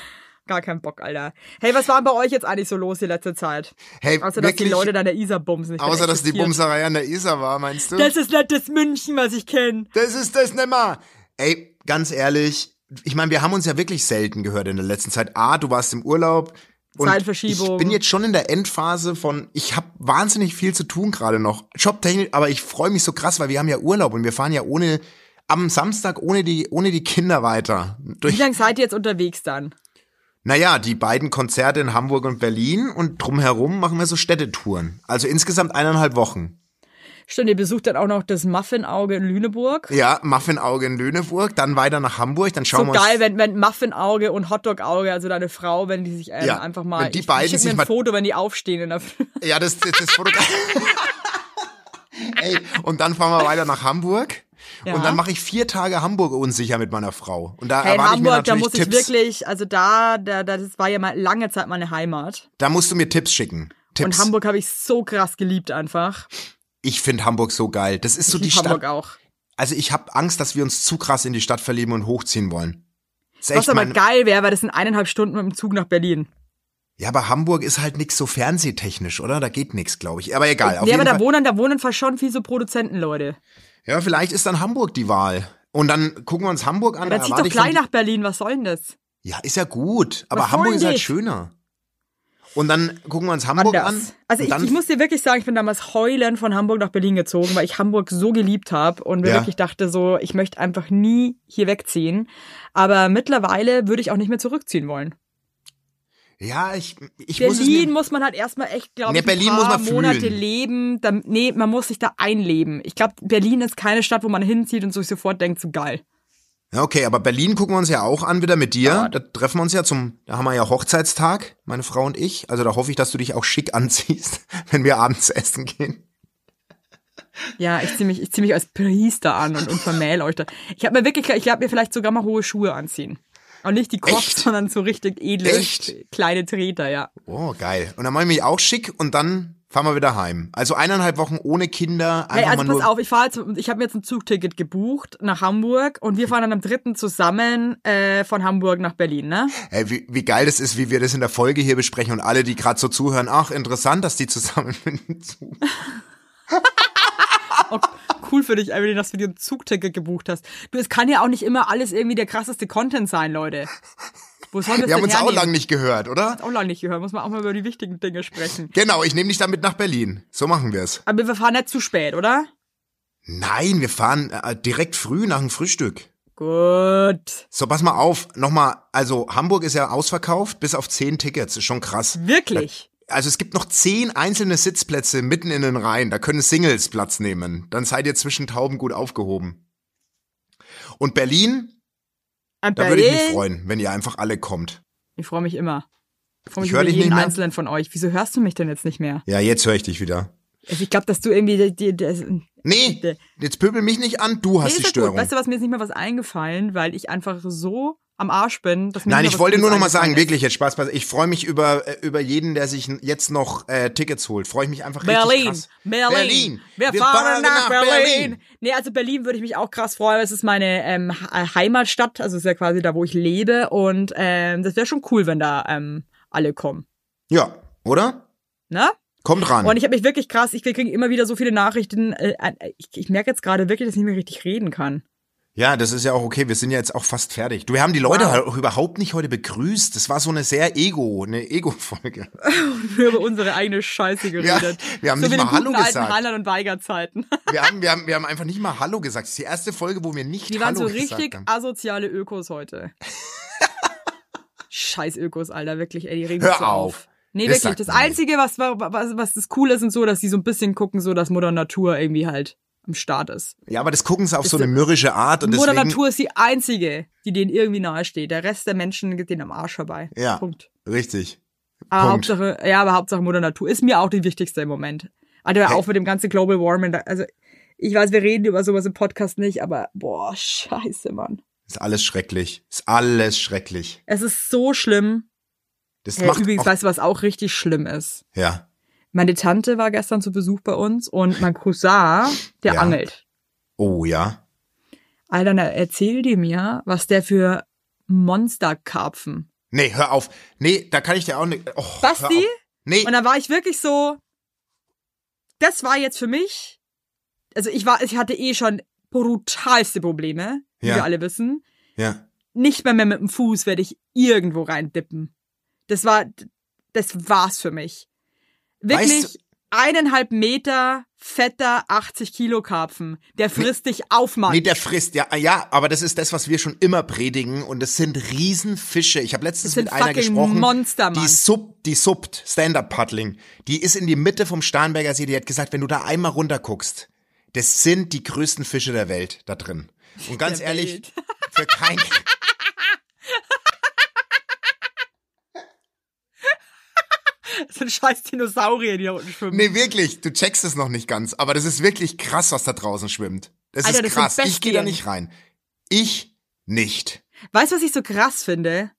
Gar keinen Bock, Alter. Hey, was war bei euch jetzt eigentlich so los die letzte Zeit?
Hey,
außer dass die
wirklich,
Leute da der Isar bumsen. Ich bin
außer
echt
dass die
schockiert.
Bumserei an der Isar war, meinst du?
Das ist nicht das München, was ich kenne.
Das ist das nimmer. Ey, ganz ehrlich, ich meine, wir haben uns ja wirklich selten gehört in der letzten Zeit. A, du warst im Urlaub. Und
Zeitverschiebung.
Ich bin jetzt schon in der Endphase von, ich habe wahnsinnig viel zu tun gerade noch. Jobtechnisch, aber ich freue mich so krass, weil wir haben ja Urlaub und wir fahren ja ohne, am Samstag ohne die, ohne die Kinder weiter.
Wie
Durch,
lange seid ihr jetzt unterwegs dann?
naja, die beiden Konzerte in Hamburg und Berlin und drumherum machen wir so Städtetouren. Also insgesamt eineinhalb Wochen.
Stimmt, ihr besucht dann auch noch das Muffinauge in Lüneburg.
Ja, Muffinauge in Lüneburg, dann weiter nach Hamburg, dann schauen
so
wir uns
geil, wenn, wenn Muffinauge und Hotdog-Auge, also deine Frau, wenn die sich ähm,
Ja,
einfach mal.
wenn die
ich,
beiden
ich schick
sich
mir
mal-
ein Foto, wenn die aufstehen. In der
Ja, das, das, das Foto. Ey, und dann fahren wir weiter nach Hamburg.
Ja.
Und dann mache ich vier Tage Hamburg unsicher mit meiner Frau. Und da
hey, in
erwarte ich mir
Hamburg, da
natürlich
muss ich
Tipps.
wirklich, also da, da, da, das war ja mal lange Zeit meine Heimat.
da musst du mir Tipps schicken. Tipps.
Und Hamburg habe ich so krass geliebt einfach.
ich finde Hamburg so geil. Das ist so die
Lieb
Stadt.
Hamburg auch.
Also ich habe Angst, dass wir uns zu krass in die Stadt verlieben und hochziehen wollen. Das ist
Was
echt
aber
mein,
geil wäre, weil das sind eineinhalb Stunden mit dem Zug nach Berlin.
ja, aber Hamburg ist halt nix so fernsehtechnisch, oder? Da geht nix, glaube ich. Aber egal. Auf
Nee, aber
jeden
da
Fall.
wohnen, da wohnen fast schon viel so Produzenten, Leute.
Ja, vielleicht ist dann Hamburg die Wahl. Und dann gucken wir uns Hamburg an.
Dann
da
zieh
erwarte
doch
ich von
gleich
dir-
nach Berlin, was soll denn das?
Ja, ist ja gut, aber
Was
Hamburg
wollen
ist halt
die?
schöner. Und dann gucken wir uns Hamburg an.
Anders. Also
und
ich,
dann,
ich muss dir wirklich sagen, ich bin damals heulend von Hamburg nach Berlin gezogen, weil ich Hamburg so geliebt habe und mir
Ja.
wirklich dachte so, ich möchte einfach nie hier wegziehen. Aber mittlerweile würde ich auch nicht mehr zurückziehen wollen.
Ja, ich, ich muss es
Berlin
mir,
muss man halt erstmal echt, glaube
Nee,
ich,
Berlin
ein
muss
paar
man fühlen.
Monate leben. Dann, nee, man muss sich da einleben. Ich glaube, Berlin ist keine Stadt, wo man hinzieht und sich sofort denkt, so geil.
Ja, Okay, aber Berlin gucken wir uns ja auch an wieder mit dir. Da treffen wir uns ja zum, da haben wir ja Hochzeitstag, meine Frau und ich. Also da hoffe ich, dass du dich auch schick anziehst, wenn wir abends essen gehen.
Ja, ich zieh mich, ich zieh mich als Priester an und, und vermähl euch da. Ich habe mir wirklich, ich glaube mir vielleicht sogar mal hohe Schuhe anziehen. Und nicht die Crocs,
Echt?
sondern so richtig edle,
Echt?
kleine Treter, ja.
Oh, geil. Und dann mache ich mich auch schick und dann fahren wir wieder heim. Also eineinhalb Wochen ohne Kinder. Einfach
Hey, also
mal
pass
nur,
auf, ich fahre jetzt, ich habe mir jetzt ein Zugticket gebucht nach Hamburg und wir fahren dann am dritten zusammen äh, von Hamburg nach Berlin, ne?
Ey, wie, wie geil das ist, wie wir das in der Folge hier besprechen und alle, die gerade so zuhören, ach, interessant, dass die zusammen mit dem Zug
Oh, cool für dich, Evelyn, dass du dir ein Zugticket gebucht hast. Du, es kann ja auch nicht immer alles irgendwie der krasseste Content sein, Leute. Wo sollen wir es
Wir haben
denn
uns auch
hernehmen?
lang nicht gehört, oder?
auch lange nicht gehört, muss man auch mal über die wichtigen Dinge sprechen.
Genau, ich nehme dich damit nach Berlin. So machen wir's.
Aber wir fahren nicht zu spät, oder?
Nein, wir fahren äh, direkt früh nach dem Frühstück.
Gut.
So, pass mal auf. Nochmal, also Hamburg ist ja ausverkauft, bis auf zehn Tickets. Ist schon krass.
Wirklich?
Also es gibt noch zehn einzelne Sitzplätze mitten in den Reihen. Da können Singles Platz nehmen. Dann seid ihr zwischen Tauben gut aufgehoben. Und Berlin,
An
da würde ich mich
Berlin?
freuen, wenn ihr einfach alle kommt.
Ich freue mich immer. Ich freue mich
Ich
über
höre dich
jeden
nicht mehr.
einzelnen von euch. Wieso hörst du mich denn jetzt nicht mehr?
Ja, jetzt höre ich dich wieder.
Also ich glaube, dass du irgendwie die, die, die,
Nee, jetzt pöbel mich nicht an, du
Nee,
hast
ist
die
ja
Störung.
Gut. Weißt du was, mir ist nicht mal was eingefallen, weil ich einfach so am Arsch bin, dass mir
Nein,
nicht mal
ich
was
wollte
Gutes
nur noch mal
eingefallen
sagen, wirklich jetzt Spaß, Spaß. Ich freue mich über, äh, über jeden, der sich n- jetzt noch äh, Tickets holt. Freue ich mich einfach richtig
Berlin,
krass.
Berlin, Wir, fahren, nach, Berlin. Nee, also Berlin würde ich mich auch krass freuen. weil Es ist meine ähm, Ha- Heimatstadt, also es ist ja quasi da, wo ich lebe. Und ähm, das wäre schon cool, wenn da ähm, alle kommen.
Ja, oder?
Ne?
Kommt ran.
Und ich habe mich wirklich krass, ich kriege immer wieder so viele Nachrichten. Äh, ich ich merke jetzt gerade wirklich, dass ich nicht mehr richtig reden kann.
Ja, das ist ja auch okay. Wir sind ja jetzt auch fast fertig. Du, wir haben die Leute halt auch überhaupt nicht heute begrüßt. Das war so eine sehr Ego, eine Ego-Folge.
Wir haben über unsere eigene Scheiße geredet.
wir haben
so
nicht
wie in den
mal Hallo
guten alten
gesagt.
Rheinland- und Weigerzeiten.
Wir haben, wir, haben, wir haben einfach nicht mal Hallo gesagt. Das ist die erste Folge, wo wir nicht
Die waren
Hallo
so
gesagt
richtig
haben.
asoziale Ökos heute. Scheiß Ökos, Alter, wirklich, ey, die regen
Hör
mich so auf.
auf.
Nee, wirklich.
Das sagt
Das
man nicht.
Einzige, was, was, was das cool ist und so, dass die so ein bisschen gucken, so dass Mutter Natur irgendwie halt am Start ist.
Ja, aber das gucken sie auf so eine mürrische Art und
Mutter
deswegen.
Natur ist die einzige, die denen irgendwie nahesteht. Der Rest der Menschen geht denen am Arsch vorbei.
Ja.
Punkt.
Richtig.
Aber
Punkt.
Ah, Hauptsache, ja, aber Hauptsache Mutter Natur ist mir auch die wichtigste im Moment. Alter,
Hey.
auch mit dem ganzen Global Warming. da- Also, ich weiß, wir reden über sowas im Podcast nicht, aber boah, scheiße, Mann.
Ist alles schrecklich. Ist alles schrecklich.
Es ist so schlimm.
Das
Hey,
macht
übrigens,
auch,
weißt du, was auch richtig schlimm ist?
ja.
Meine Tante war gestern zu Besuch bei uns und mein Cousin, der
Ja.
angelt.
Oh ja.
Alter, na, erzähl dir mir, was der für Monsterkarpfen.
Nee, hör auf. Nee, da kann ich dir auch nicht. Oh, hör
Basti?
auf. Nee,
Und dann war ich wirklich so, das war jetzt für mich, also ich war, ich hatte eh schon brutalste Probleme, wie
Ja.
wir alle wissen.
ja.
Nicht mehr, mehr mit dem Fuß werde ich irgendwo reindippen. Das war, das war's für mich. Wirklich
Weißt du-
eineinhalb Meter fetter 80 Kilo Karpfen. Der frisst dich auf, Mann.
Nee, der frisst, ja, ah, ja, aber das ist das, was wir schon immer predigen und das sind Riesenfische. Ich habe letztens
Das sind
mit einer
fucking
gesprochen,
Monster, Mann.
die sub, die suppt, Stand-Up-Paddling, die ist in die Mitte vom Starnberger See, die hat gesagt, wenn du da einmal runter guckst, das sind die größten Fische der Welt da drin. Und ganz
Der
ehrlich,
Welt.
für kein,
das sind scheiß Dinosaurier, die da unten schwimmen.
nee, wirklich, du checkst es noch nicht ganz, aber das ist wirklich krass, was da draußen schwimmt. Das
Alter, das
ist
sind
krass. ich gehe da
Bestien.
nicht rein. Ich nicht.
Weißt du, was ich so krass finde?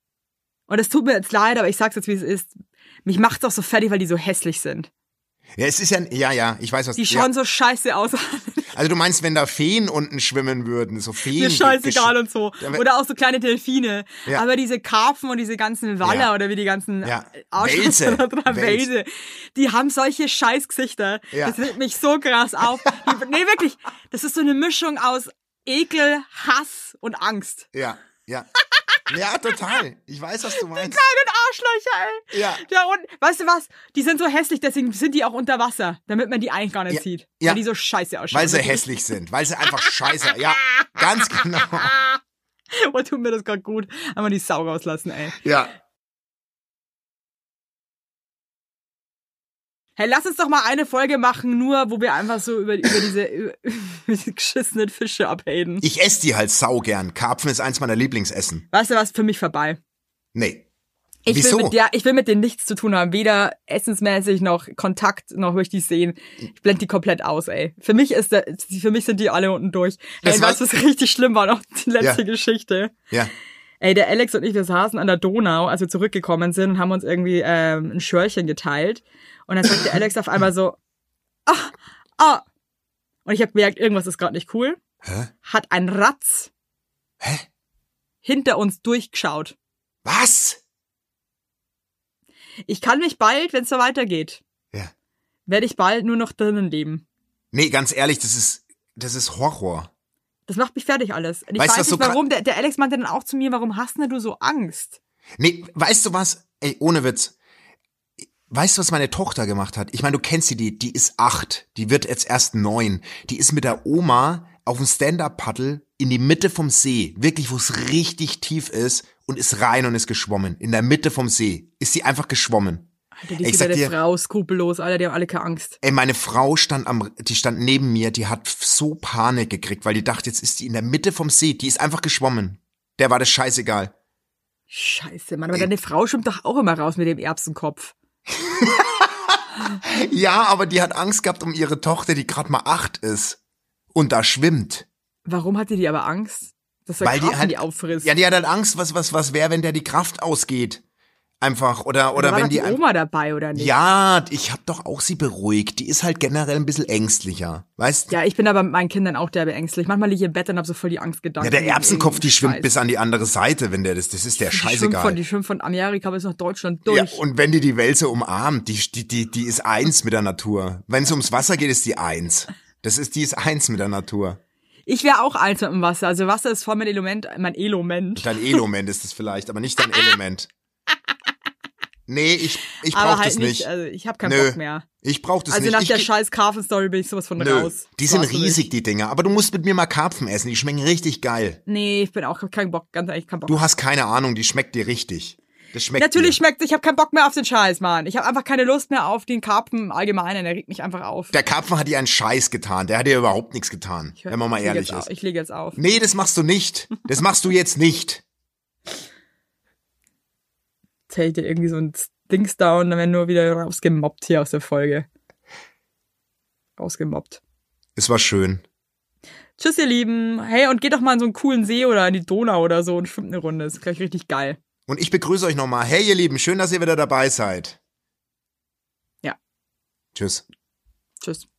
Und es tut mir jetzt leid, aber ich sag's jetzt, wie es ist. Mich macht's auch so fertig, weil die so hässlich sind.
Ja, es ist ja, ja, ja, ich weiß was.
Die
ja.
schauen so scheiße aus.
Also du meinst, wenn da Feen unten schwimmen würden, so Feen.
Mir scheißegal
gesch-
und so.
Ja, aber-
Oder auch so kleine Delfine.
Ja.
Aber diese Karpfen und diese ganzen Waller
Ja.
oder wie die ganzen
Ja.
Arschlöcher
Wälse.
da dran,
Wels-
Wälse, die haben solche Scheißgesichter.
Ja.
Das regt mich so krass auf. Die- nee, wirklich. Das ist so eine Mischung aus Ekel, Hass und Angst.
Ja, ja. Ja, total. Ich weiß, was du meinst.
Kleinen Arschlöcher, ey.
Ja.
Ja, und weißt du was? Die sind so hässlich, deswegen sind die auch unter Wasser, damit man die eigentlich gar nicht
Ja,
sieht.
ja.
Weil die so scheiße ausschauen.
Weil sie hässlich sind, weil sie einfach scheiße. Ja, ganz genau.
Oh, tut mir das gerade gut. Einmal die Sau rauslassen, ey.
Ja.
Hey, lass uns doch mal eine Folge machen, nur wo wir einfach so über, über diese über diese geschissenen Fische abhaten.
Ich esse die halt sau gern. Karpfen ist eins meiner Lieblingsessen.
Weißt du was? Für mich vorbei.
Nee.
Ich
Wieso?
will mit ja, ich will mit denen nichts zu tun haben, weder essensmäßig noch Kontakt noch will ich die sehen. Ich blende die komplett aus, ey. Für mich ist der, für mich sind die alle unten durch. Ey,
Das
und weißt du, was richtig schlimm war noch die letzte
Ja.
Geschichte.
Ja.
Ey, der Alex und ich, wir saßen an der Donau, als wir zurückgekommen sind und haben uns irgendwie ähm, ein Schörchen geteilt. Und dann sagt der Alex auf einmal so, ah, ah. Und ich habe gemerkt, irgendwas ist gerade nicht cool.
Hä?
Hat ein Ratz
Hä?
hinter uns durchgeschaut.
Was?
Ich kann mich bald, wenn es so weitergeht,
Ja.
werde ich bald nur noch drinnen leben.
Nee, ganz ehrlich, das ist das ist Horror.
Das macht mich fertig alles. Und ich
Weißt
weiß
du, was so
nicht
kra-
warum. Der, der Alex meinte dann auch zu mir, warum hast denn du so Angst?
Nee, weißt du was? Ey, ohne Witz. Weißt du, was meine Tochter gemacht hat? Ich meine, du kennst sie, die, die ist acht. Die wird jetzt erst neun. Die ist mit der Oma auf dem Stand-Up-Paddle in die Mitte vom See. Wirklich, wo es richtig tief ist. Und ist rein und ist geschwommen. In der Mitte vom See ist sie einfach geschwommen.
Alter, die
Ich
ist
sag
wieder
dir-
eine Frau, skrupellos, Alter, die haben alle keine Angst.
Ey, meine Frau stand am, die stand neben mir, die hat so Panik gekriegt, weil die dachte, jetzt ist die in der Mitte vom See. Die ist einfach geschwommen. Der war das scheißegal.
Scheiße, Mann, aber deine Frau schwimmt doch auch immer raus mit dem Erbsenkopf.
Ja, aber die hat Angst gehabt um ihre Tochter, die gerade mal acht ist und da schwimmt.
Warum hatte die aber Angst? Dass der
Weil die
Karpfen die,
halt-
auffrisst.
Ja, die hat halt Angst, was was was wäre, wenn der die Kraft ausgeht. Einfach, oder, oder
war
wenn
doch
die.
die
ein-
Oma dabei, oder nicht?
Ja, ich hab doch auch sie beruhigt. Die ist halt generell ein bisschen ängstlicher. Weißt du?
Ja, ich bin aber mit meinen Kindern auch derbe ängstlich. Manchmal liege ich im Bett und habe so voll die Angstgedanken.
Ja, der Erbsenkopf, die schwimmt
Scheiß.
bis an die andere Seite, wenn der das, das ist der
Die schwimmt, von,
scheißegal.
die schwimmt von Amerika bis nach Deutschland durch.
Ja, und wenn die die Welt so umarmt, die, die, die, die ist eins mit der Natur. Wenn es ums Wasser geht, ist die eins. Das ist, die ist eins mit der Natur.
ich wäre auch eins mit dem Wasser. Also Wasser ist voll mein Element, mein Element.
Dein Element ist es vielleicht, aber nicht dein Element. Nee, ich, ich
Aber
brauch
halt
das nicht.
Also ich habe keinen
Nö.
Bock mehr.
Ich brauch das
Also
nicht.
nach
ich
der
geh-
scheiß Carven-Story bin ich sowas von
Nö,
raus.
die sind
War's für mich.
riesig, die Dinger. Aber du musst mit mir mal Karpfen essen. Die schmecken richtig geil.
Nee, ich bin auch hab keinen Bock, ganz ehrlich, keinen Bock.
Du hast keine Ahnung, die schmeckt dir richtig. Das schmeckt
Natürlich
dir.
schmeckt ich habe keinen Bock mehr auf den Scheiß, Mann. Ich habe einfach keine Lust mehr auf den Karpfen im Allgemeinen, der regt mich einfach auf.
Der Karpfen hat dir einen Scheiß getan. Der hat dir überhaupt nichts getan,
Ich hör-
wenn man mal
ich lege
ehrlich
jetzt
ist.
Auf, ich lege jetzt auf.
Nee, das machst du nicht. Das machst du jetzt nicht.
Zählt dir irgendwie so ein Dings da und dann werden nur wieder rausgemobbt hier aus der Folge. Rausgemobbt.
Es war schön.
Tschüss, ihr Lieben. Hey, und geht doch mal in so einen coolen See oder in die Donau oder so und schwimmt eine Runde. Ist gleich richtig geil.
Und ich begrüße euch nochmal. Hey, ihr Lieben, schön, dass ihr wieder dabei seid.
Ja.
Tschüss.
Tschüss.